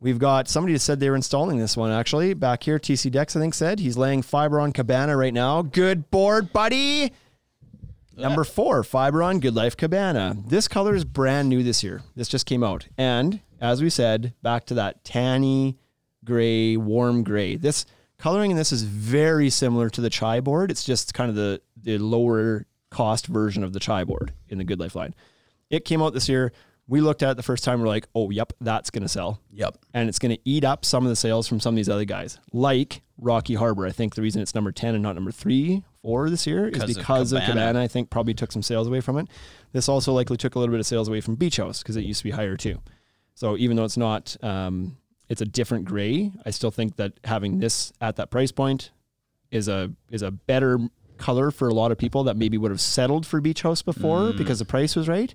A: We've got somebody who said they were installing this one actually back here. TC Dex, I think, said he's laying Fiberon Cabana right now. Good board, buddy. Number four, Fibron Good Life Cabana. This color is brand new this year. This just came out. And as we said, back to that tanny gray, warm gray. This coloring in this is very similar to the chai board. It's just kind of the, the lower cost version of the chai board in the Good Life line. It came out this year. We looked at it the first time. We're like, oh, yep, that's going to sell
C: Yep.
A: and it's going to eat up some of the sales from some of these other guys, like Rocky Harbor. I think the reason it's number 10 and not number three, four this year
C: Because
A: is
C: of
A: because of Cabana.
C: Cabana.
A: I think probably took some sales away from it. This also likely took a little bit of sales away from Beach House because it used to be higher too. So even though it's not, um, it's a different gray, I still think that having this at that price point is a is a better color for a lot of people that maybe would have settled for Beach House before because the price was right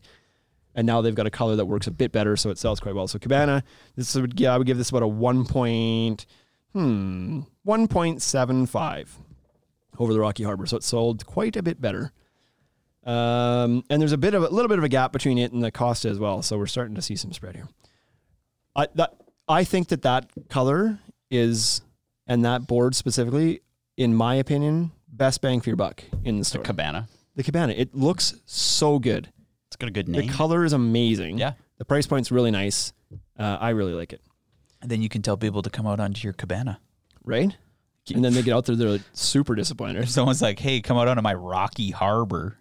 A: and now they've got a color that works a bit better, so it sells quite well. So Cabana, this would yeah, I would give this about a one point, hmm, one point seven five over the Rocky Harbor. So it sold quite a bit better. Um, and there's a bit of a little bit of a gap between it and the Costa as well. So we're starting to see some spread here. I that I think that that color is and that board specifically, in my opinion, best bang for your buck in the store.
C: Cabana.
A: the Cabana, it looks so good.
C: It's got a good name.
A: The color is amazing.
C: Yeah.
A: The price point's really nice. Uh, I really like it.
C: And then you can tell people to come out onto your cabana.
A: Right? And then they get out there, they're like, super disappointed.
C: If someone's like, "Hey, come out onto my rocky harbor,"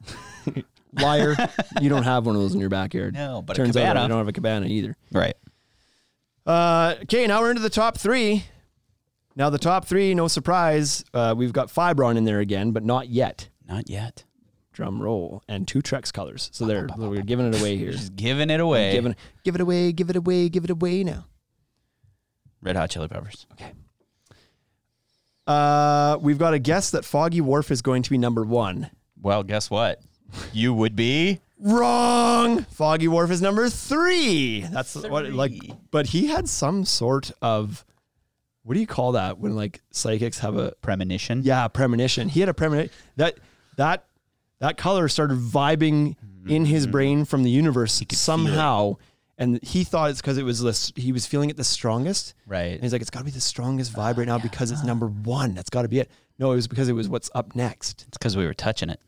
A: Liar, you don't have one of those in your backyard.
C: No, but a
A: turns out
C: cabana.
A: I don't have a cabana either.
C: right?
A: Uh, okay, now we're into the top three. Now the top three, no surprise, uh, we've got Fibron in there again, but not yet.
C: Not yet.
A: Drum roll and two Trex colors. So there, we're giving it away here.
C: Just giving it away.
A: Giving, give it away, give it away, give it away now.
C: Red Hot Chili Peppers.
A: Okay. Uh, we've got a guess that Foggy Wharf is going to be number one.
C: Well, guess what? You would be.
A: Wrong. Foggy Wharf is number three. That's what it- like.
C: Three.
A: But he had some sort of what do you call that when like psychics have a
C: premonition.
A: yeah premonition. He had a premonition that that that color started vibing in his
C: Mm-hmm.
A: brain from the universe somehow, and he thought it's because it was this. He was feeling it the strongest.
C: Right.
A: And he's like, it's got to be the strongest vibe right now because it's number one. That's got to be it. No, it was because it was what's up next.
C: It's because we were touching it.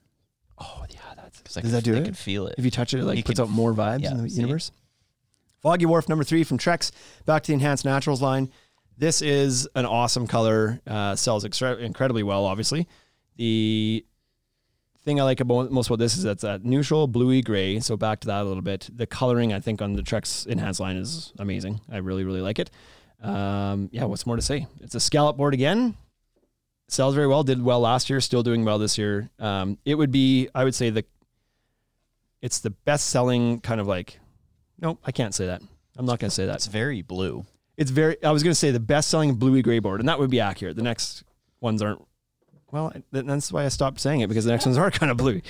A: Oh yeah, that's.
C: 'Cause I
A: Does
C: could-
A: that do
C: I
A: it?
C: could feel it.
A: If you touch it, it like
C: You
A: puts
C: can
A: out more vibes
C: yeah,
A: in the
C: see?
A: universe. Foggy Wharf number three from Trex. Back to the Enhanced Naturals line. This is an awesome color. Uh, sells extra- incredibly well. Obviously, the thing I like about most about this is that's that neutral bluey gray. So back to that a little bit. The coloring I think on the Trex Enhanced line is amazing. I really really like it. Um, yeah, what's more to say? It's a scallop board again. Sells very well. Did well last year. Still doing well this year. Um, it would be I would say the it's the best selling kind of like nope i can't say that i'm not going to say that
C: it's very blue.
A: it's very i was going to say the best selling bluey gray board and that would be accurate the next ones aren't well th- that's why i stopped saying it because the next ones are kind of bluey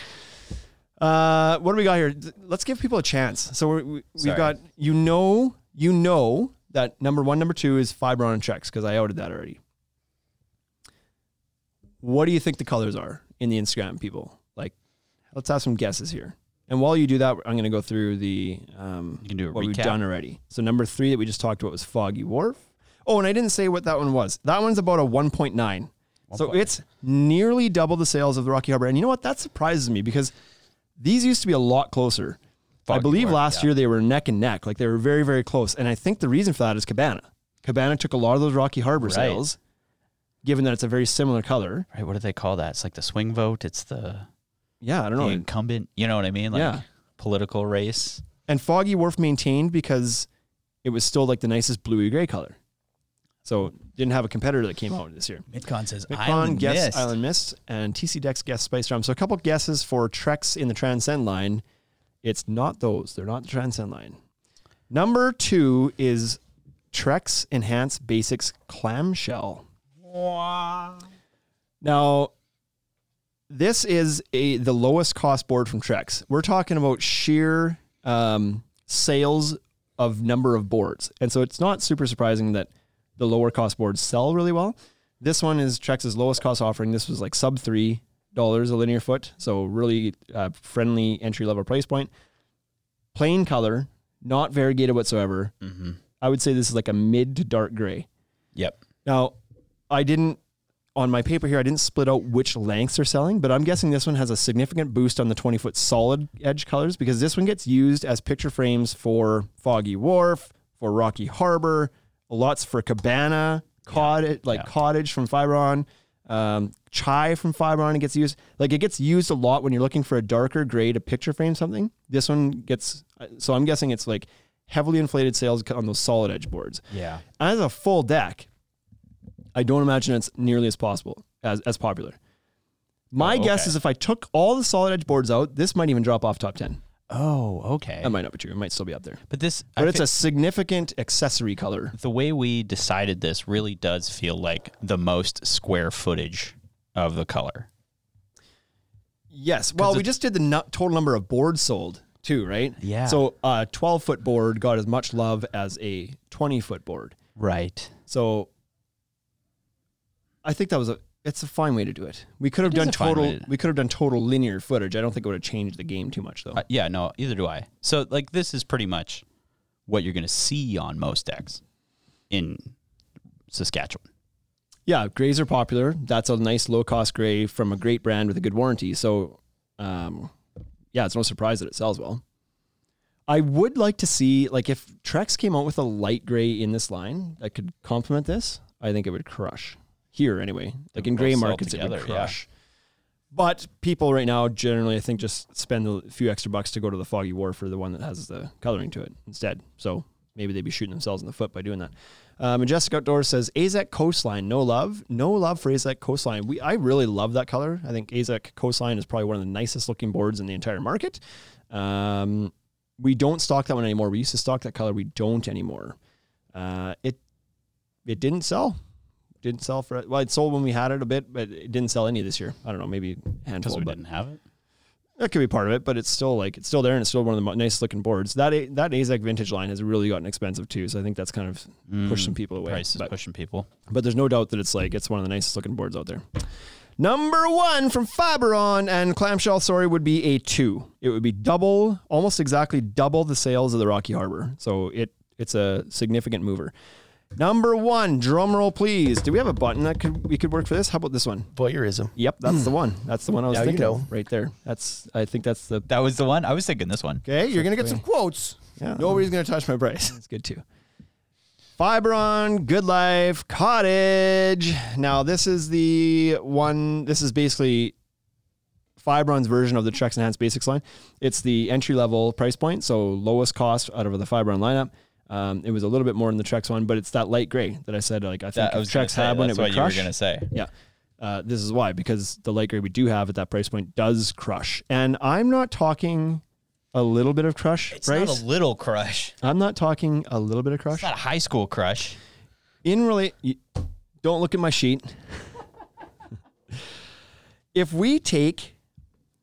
A: uh, what do we got here Th- let's give people a chance so we're, we, we've
C: Sorry.
A: got you know you know that number one number two is fibron and trex because i ordered that already what do you think the colors are in the instagram people like let's have some guesses here and while you do that i'm going to go through the um,
C: You can do a
A: what we've
C: recap.
A: done already so number three that we just talked about was foggy wharf oh and i didn't say what that one was that one's about a 1.9 so it's nearly double the sales of the rocky harbor and you know what that surprises me because these used to be a lot closer i
C: Foggy
A: believe
C: Wharf,
A: last
C: yeah.
A: year they were neck and neck like they were very very close and i think the reason for that is cabana cabana took a lot of those rocky harbor
C: Right.
A: sales given that it's a very similar color
C: Right. What do they call that? It's like the swing vote. It's the,
A: yeah i don't
C: the
A: know
C: incumbent. You know what I mean? Like
A: Yeah.
C: political race.
A: and Foggy Wharf maintained because it was still like the nicest bluey gray color. So didn't have a competitor that came out this year.
C: Midcon says
A: Micron
C: Island
A: guessed
C: Mist.
A: Island Mist and TC Dex guessed Spice Drum. So a couple guesses for Trex in the Transcend line. It's not those. They're not the Transcend line. Number two is Trex Enhanced Basics Clamshell. Now, this is a the lowest cost board from Trex. We're talking about sheer um, sales of number of boards, and so it's not super surprising that the lower cost boards sell really well. This one is Trex's lowest cost offering. This was like sub three dollars a linear foot, so really uh, friendly entry level price point. Plain color, not variegated whatsoever. I would say this is like a mid to dark gray.
C: Yep.
A: Now, I didn't on my paper here. I didn't split out which lengths are selling, but I'm guessing this one has a significant boost on the 20 foot solid edge colors because this one gets used as picture frames for Foggy Wharf, for Rocky Harbor, lots for Cabana, cottage like
C: yeah.
A: cottage from Fibron. Um, chai from Fibron it gets used like it gets used a lot when you're looking for a darker gray to picture frame something. This one gets uh, so I'm guessing it's like heavily inflated sales on those solid edge boards
C: Yeah.
A: as a full deck, I don't imagine it's nearly as possible as as popular. My
C: Oh, okay.
A: guess is if I took all the solid edge boards out, this might even drop off top ten.
C: Oh, okay.
A: That might not be true. It might still be up there.
C: but this,
A: But
C: I
A: it's a significant accessory color.
C: the way we decided this really does feel like the most square footage of the color.
A: Yes. Well, we just did the nu- total number of boards sold too, right?
C: Yeah.
A: So a twelve foot board got as much love as a twenty foot board.
C: Right.
A: So I think that was a it's a fine way to do it. We could have
C: It is
A: done
C: a fine way
A: total
C: to-
A: we could have done total linear footage. I don't think it would have changed the game too much though.
C: Uh, yeah, no, either do I. So like this is pretty much what you're going to see on most decks in Saskatchewan.
A: yeah, grays are popular. That's a nice low cost gray from a great brand with a good warranty. So um yeah, it's no surprise that it sells well. I would like to see like if Trex came out with a light gray in this line that could complement this. I think it would crush here anyway. Like in
C: would
A: gray
C: sell
A: markets, it
C: together,
A: would
C: yeah.
A: crush. But people right now generally, I think, just spend a few extra bucks to go to the Foggy War for the one that has the coloring to it instead. So maybe they'd be shooting themselves in the foot by doing that. Uh, Majestic Outdoors says Azek Coastline, no love, no love for Azek Coastline. We I really love that color. I think Azek Coastline is probably one of the nicest looking boards in the entire market. Um, we don't stock that one anymore. We used to stock that color. We don't anymore. Uh, it it didn't sell. Didn't sell for well. It sold when we had it a bit, but it didn't sell any this year. I don't know, maybe a handful.
C: because we
A: but
C: didn't have it.
A: that could be part of it, but it's still like it's still there and it's still one of the mo- nice looking boards. That A- that Azek vintage line has really gotten expensive too, so I think that's kind of pushed some people away.
C: Mm. Price is
A: But,
C: pushing people.
A: but there's no doubt that it's like it's one of the nicest looking boards out there. Number one from Fiberon and Clamshell, sorry, would be a two. It would be double, almost exactly double the sales of the Rocky Harbor. So it it's a significant mover. Number one, drum roll, please. Do we have a button that could we could work for this? How about this one?
D: Voyeurism.
A: Yep, that's the one. That's the one I was
D: Hmm. Now you
A: thinking
D: know.
A: of right there. That's I think that's the
C: That was the one I was thinking. This one.
D: Okay, you're gonna get some quotes.
A: Yeah.
D: Nobody's gonna touch my price.
A: It's good too. Fibron, Good Life, Cottage. Now, this is the one, this is basically Fibron's version of the Trex Enhanced Basics line. It's the entry level price point, so lowest cost out of the Fibron lineup. Um, it was a little bit more than the Trex one, but it's that light gray that I said, like, I think
C: That I
A: if
C: was gonna
A: Trex
C: say,
A: had one, it
C: that's
A: would
C: what
A: crush.
C: you were gonna say.
A: Yeah. Uh, this is why, because the light gray we do have at that price point does crush. And I'm not talking a little bit of crush,
C: It's
A: right?
C: not a little crush.
A: I'm not talking a little bit of crush.
C: It's not a high school crush.
A: In relate, don't look at my sheet. if we take,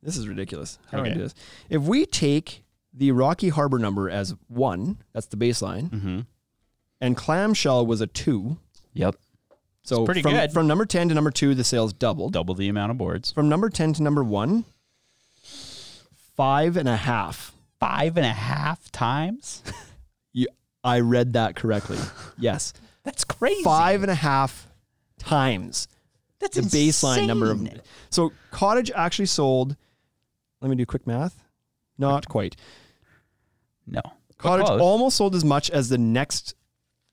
A: this is ridiculous. How do I
C: Okay.
A: do this? If we take the Rocky Harbor number as one, that's the baseline,
C: Mm-hmm.
A: and clamshell was a two.
C: Yep.
A: So
C: pretty
A: from,
C: good.
A: from number 10 to number two, the sales doubled.
C: Double the amount of boards.
A: From number 10 to number one, five and a half.
C: Five and a half times.
A: You, I read that correctly. yes.
C: That's crazy.
A: Five and a half times.
C: That's
A: the baseline number of
C: insane.
A: so cottage actually sold let me do quick math not quite
C: No.
A: cottage
C: Close.
A: almost sold as much as the next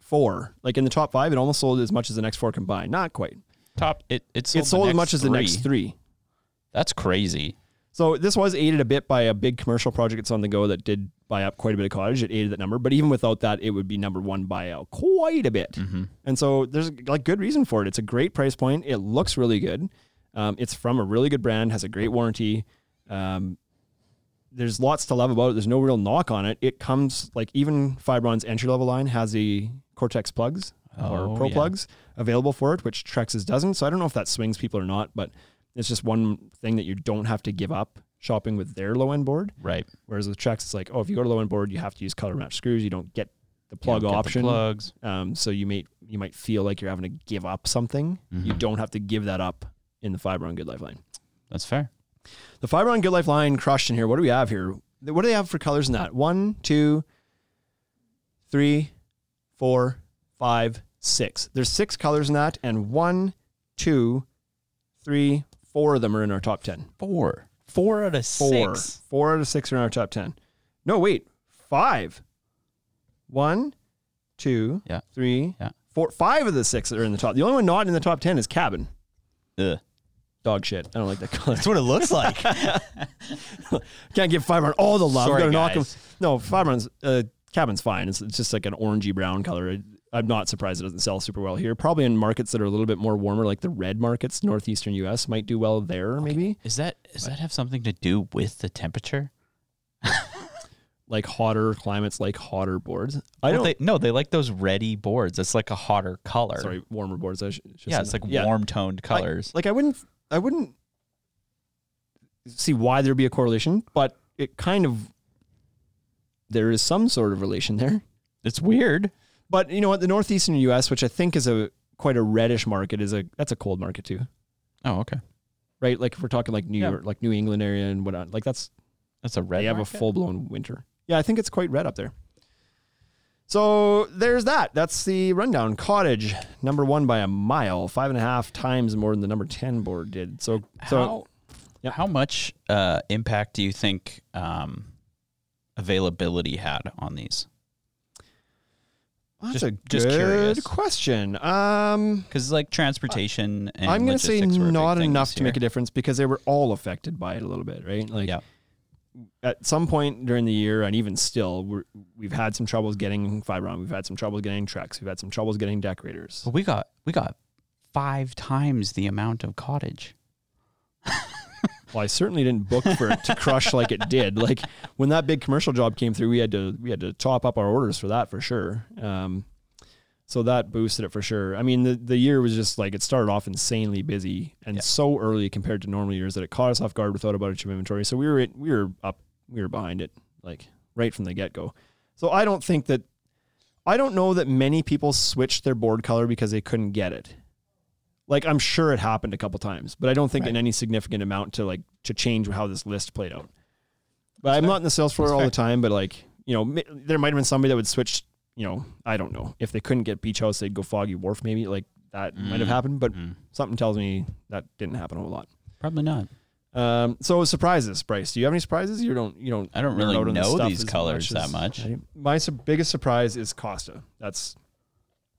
A: four like in the top five it almost sold as much as the next four combined not quite
C: top. It it sold,
A: it sold as
C: the next
A: much as the next three
C: That's crazy.
A: so this was aided a bit by a big commercial project that's on the go that did buy up quite a bit of cottage it aided that number but even without that it would be number one by out quite a bit
C: Mm-hmm.
A: and so there's like good reason for it it's a great price point it looks really good um, it's from a really good brand has a great warranty um, there's lots to love about it. There's no real knock on it. It comes like even Fibron's entry level line has the Cortex plugs
C: Oh,
A: or Pro
C: yeah.
A: plugs available for it, which Trex's doesn't. So I don't know if that swings people or not, but it's just one thing that you don't have to give up shopping with their low end board.
C: Right.
A: Whereas with Trex, it's like, oh, if you go to low end board, you have to use color match screws. You don't get the plug
C: Get the
A: option.
C: plugs.
A: Um, so you may you might feel like you're having to give up something. You
C: Mm-hmm.
A: don't have to give that up in the Fibron Good Life line.
C: That's fair.
A: The Fibron Good Life line crushed in here. What do we have here? What do they have for colors in that? One, two, three, four, five, six. There's six colors in that, and one, two, three, four of them are in our top ten.
C: Four. Four out of
A: Four.
C: six.
A: Four out of six are in our top ten. No, wait. Five. One, two,
C: Yeah.
A: three,
C: Yeah.
A: four- five of the six that are in the top. The only one not in the top ten is cabin.
C: Ugh.
A: Dog shit. I don't like that color.
C: That's what it looks like.
A: Can't give Fibron all the love.
C: Sorry,
A: Gotta knock
C: guys.
A: him. No, Fibron's uh, cabin's fine. It's, it's just like an orangey brown color. I, I'm not surprised it doesn't sell super well here. Probably in markets that are a little bit more warmer, like the red markets, northeastern U.S. might do well there. Maybe
C: is that does that have something to do with the temperature?
A: like hotter climates, like hotter boards. I don't.
C: Well, They, no, they like those reddy boards. It's like a hotter color.
A: sorry, warmer boards. I sh- should
C: Yeah,
A: say
C: it's
A: that.
C: like warm toned
A: I-
C: colors.
A: like I wouldn't. I wouldn't see why there'd be a correlation, but it kind of there is some sort of relation there.
C: it's weird.
A: But you know what? The northeastern U.S., which I think is a quite a reddish market, is a that's a cold market too,
C: Oh, okay.
A: right? Like if we're talking like New
C: Yeah.
A: York, like New England area and whatnot, like that's
C: That's a red.
A: they have a
C: market?
A: full blown winter. Yeah, I think it's quite red up there. So there's that. That's the rundown. Cottage number one by a mile, five and a half times more than the number ten board did. So so
C: how,
A: Yep.
C: how much uh, impact do you think um, availability had on these?
A: Well, that's
C: Just-
A: a
C: just
A: good
C: curious.
A: question. Um,
C: Because like transportation and
A: I'm going to say
C: logistics were a big
A: not
C: thing
A: enough
C: this
A: to make a
C: year.
A: difference because they were all affected by it a little bit, right? Like
C: Yeah.
A: at some point during the year, and even still, we're, we've had some troubles getting fiber on. We've had some troubles getting trucks. We've had some troubles getting decorators.
C: But we got we got five times the amount of cottage.
A: Well, I certainly didn't book for it to crush like it did. Like when that big commercial job came through, we had to we had to top up our orders for that for sure. Um, so that boosted it for sure. I mean, the the year was just like it started off insanely busy and so early compared to normal years that it caught us off guard without a bunch of inventory. So we were at, we were up we were behind it like right from the get go. So I don't think that I don't know that many people switched their board color because they couldn't get it. Like I'm sure it happened a couple times, but I don't think in any significant amount to like to change how this list played out. But I'm not in the sales floor all the time, but like, you know, mi- there might have been somebody that would switch, you know, I don't know. If they couldn't get Beach House, they'd go Foggy Wharf maybe, like that might have happened, but something tells me that didn't happen a whole lot.
C: Probably not.
A: Um, so surprises, Bryce. Do you have any surprises? You don't. You don't.
C: I don't
A: nerd
C: really
A: out on this
C: know
A: stuff
C: these
A: as
C: colors
A: as-
C: that much.
A: right? My su- biggest surprise is Costa. That's.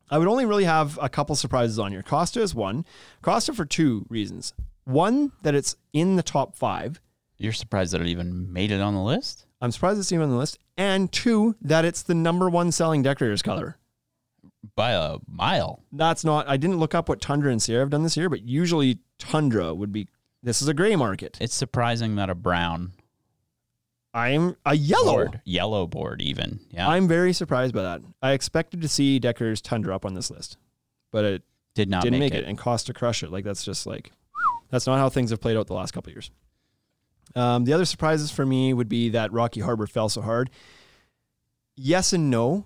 A: I would only really have a couple surprises on here. Costa is one. Costa for two reasons. One that it's in the top five.
C: You're surprised that it even made it on the list?
A: I'm surprised it's even on the list. And two that it's the number one selling decorators color.
C: By a mile.
A: That's not. I didn't look up what Tundra and Sierra have done this year, but usually Tundra would be. This is a gray market.
C: It's surprising that a brown
A: I'm a yellow.
C: board, yellow board even. Yeah.
A: I'm very surprised by that. I expected to see Decker's Tundra up on this list, but it
C: did not
A: didn't make, it. and cost to crush it. Like that's just like that's not how things have played out the last couple of years. Um, the other surprises for me would be that Rocky Harbor fell so hard. Yes and no,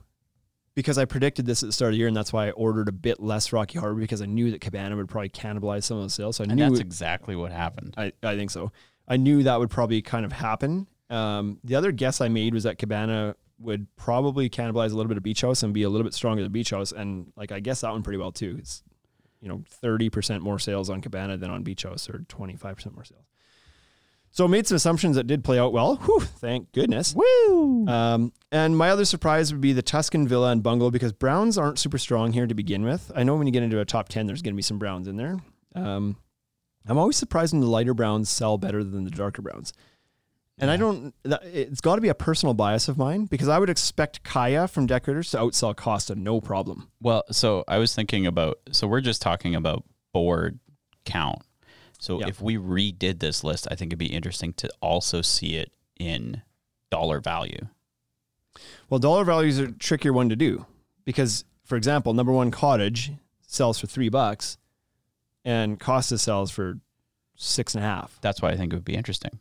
A: because I predicted this at the start of the year, and that's why I ordered a bit less Rocky Harbor because I knew that Cabana would probably cannibalize some of the sales. So I
C: And
A: knew
C: that's
A: it-
C: exactly what happened.
A: I, I think so. I knew that would probably kind of happen. Um, the other guess I made was that Cabana would probably cannibalize a little bit of Beach House and be a little bit stronger than Beach House. And like, I guess that one pretty well too. It's, you know, 30% more sales on Cabana than on Beach House or 25% more sales. So I made some assumptions that did play out well. Whew, thank goodness. Woo! Um, and my other surprise would be the Tuscan Villa and Bungalow because Browns aren't super strong here to begin with. I know when you get into a top 10, there's going to be some Browns in there. Um, I'm always surprised when the lighter browns sell better than the darker browns. And I don't, that, it's got to be a personal bias of mine because I would expect Kaya from Decorators to outsell Costa, no problem.
C: Well, so I was thinking about so we're just talking about board count. So
A: Yeah.
C: if we redid this list, I think it'd be interesting to also see it in dollar value.
A: Well, dollar values are a trickier one to do because, for example, number one cottage sells for three bucks and Costa sells for six and a half
C: That's why I think it would be interesting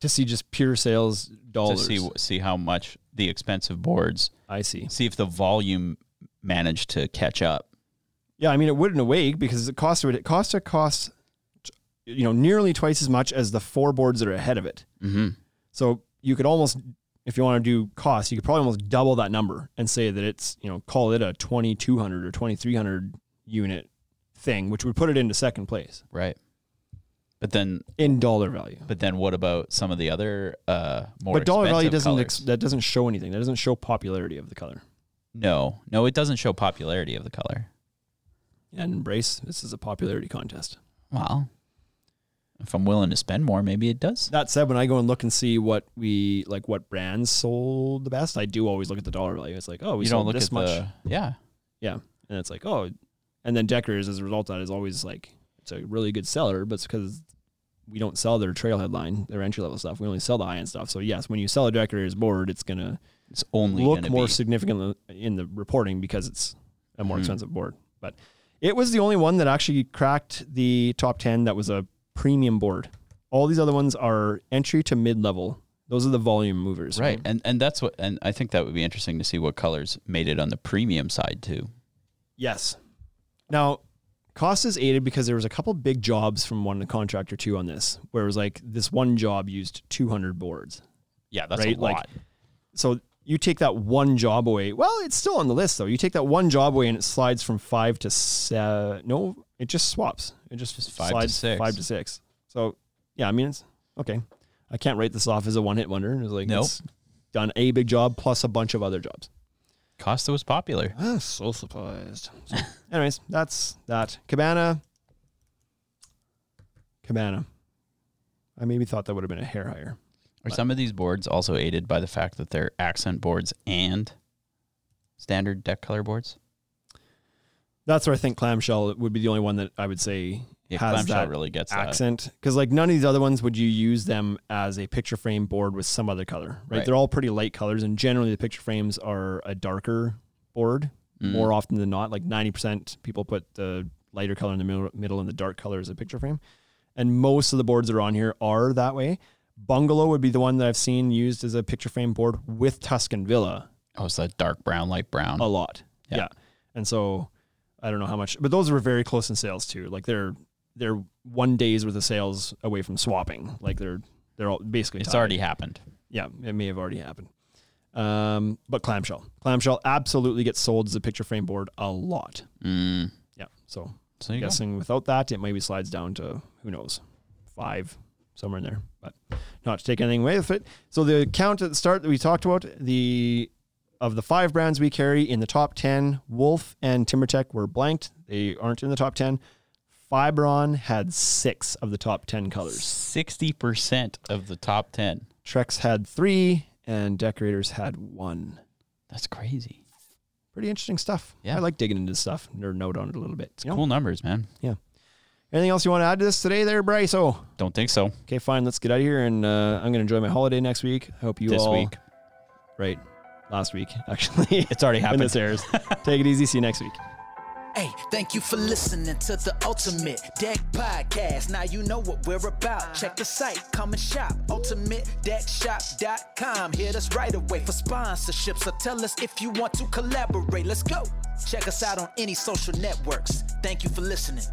A: to see just pure sales dollars.
C: to see see how much the expensive boards
A: I see.
C: see if the volume managed to catch up.
A: Yeah, I mean, it would in a way because it costs it Costa costs, you know, nearly twice as much as the four boards that are ahead of it.
C: Mm-hmm.
A: So you could almost, if you want to do cost, you could probably almost double that number and say that it's, you know, call it a 2200 or 2300 unit thing, which would put it into second place
C: Right. But then,
A: in dollar value.
C: but then, what about some of the other uh, more?
A: But dollar value
C: expensive
A: doesn't ex-
C: colors?
A: that doesn't show anything. That doesn't show popularity of the color.
C: no, no, it doesn't show popularity of the color.
A: And embrace this is a popularity contest.
C: Well, if I'm willing to spend more, maybe it does.
A: That said, when I go and look and see what we like, what brands sold the best, I do always look at the dollar value. It's like, oh, we
C: you
A: sold
C: don't look
A: this
C: at
A: much.
C: the yeah.
A: Yeah. And it's like, oh, and then Deckers, as a result of that, is always like, it's a really good seller, but it's because we don't sell their trailhead line, their entry level stuff. We only sell the high end stuff. So, yes, when you sell a Deckers board, it's going to
C: It's only
A: look
C: gonna
A: more
C: be- Hmm.
A: significant in the reporting because it's a more expensive board. But it was the only one that actually cracked the top 10 that was a premium board. All these other ones are entry to mid level. Those are the volume movers.
C: right, and and that's what, and I think that would be interesting to see what colors made it on the premium side too.
A: Yes. Now, cost is aided because there was a couple big jobs from one contractor too on this, where it was like this one job used 200 boards.
C: Yeah, that's
A: Right,
C: a
A: like-
C: lot.
A: So you take that one job away. Well, it's still on the list though. You take that one job away and it slides from five to seven. No, it just swaps. It just,
C: Just five to
A: slides
C: six.
A: five to six. So yeah, I mean it's okay. I can't write this off as a one hit wonder. It's like
C: Nope.
A: it's done a big job plus a bunch of other jobs.
C: Costa was popular.
A: Ah, so surprised. So, anyways, that's that. Cabana. Cabana. I maybe thought that would have been a hair higher.
C: Are some of these boards also aided by the fact that they're accent boards and standard deck color boards?
A: That's where I think clamshell would be the only one that I would say
C: Yeah,
A: has
C: clamshell
A: that
C: really gets
A: accent. Because like none of these other ones would you use them as a picture frame board with some other color, right?
C: Right.
A: They're all pretty light colors, and generally the picture frames are a darker board
C: that. Mm.
A: more often than not. Like ninety percent people put the lighter color in the middle, middle and the dark color as a picture frame, and most of the boards that are on here are that way. Bungalow would be the one that I've seen used as a picture frame board with Tuscan Villa
C: Oh, it's that dark brown, light brown.
A: a lot.
C: Yeah.
A: Yeah. And so I don't know how much, but those were very close in sales too. Like they're they're one day's worth of sales away from swapping. Like they're they're all basically
C: it's
A: tied.
C: already happened.
A: yeah it may have already happened. Um, but clamshell clamshell absolutely gets sold as a picture frame board a lot.
C: Mm.
A: Yeah. So
C: So you
A: guessing without that it maybe slides down to who knows five somewhere in there. But not to take anything away with it. So the count at the start that we talked about the of the five brands we carry in the top 10, Wolf and TimberTech were blanked. They aren't in the top 10. Fibron had six of the top 10
C: go.
A: colors.
C: Sixty percent of the top ten.
A: Trex had three, and Decorators had one.
C: That's crazy.
A: Pretty interesting stuff.
C: Yeah.
A: I like digging into stuff, nerding out on it a little bit. you know?
C: Cool numbers, man.
A: Anything else you want to add to this today, there, Bryce? Oh,
C: Don't think so.
A: okay, fine. Let's get out of here, and uh, I'm going to enjoy my holiday next week. I hope you
C: This
A: all.
C: week.
A: Right. Last week, actually.
C: It's already
A: when
C: happened.
A: this airs. Take it easy. See you next week.
B: Hey, thank you for listening to the Ultimate Deck Podcast. Now you know what we're about. Check the site, come and shop. UltimateDeckShop.com. Hit us right away for sponsorships or tell us if you want to collaborate. Let's go. Check us out on any social networks. Thank you for listening.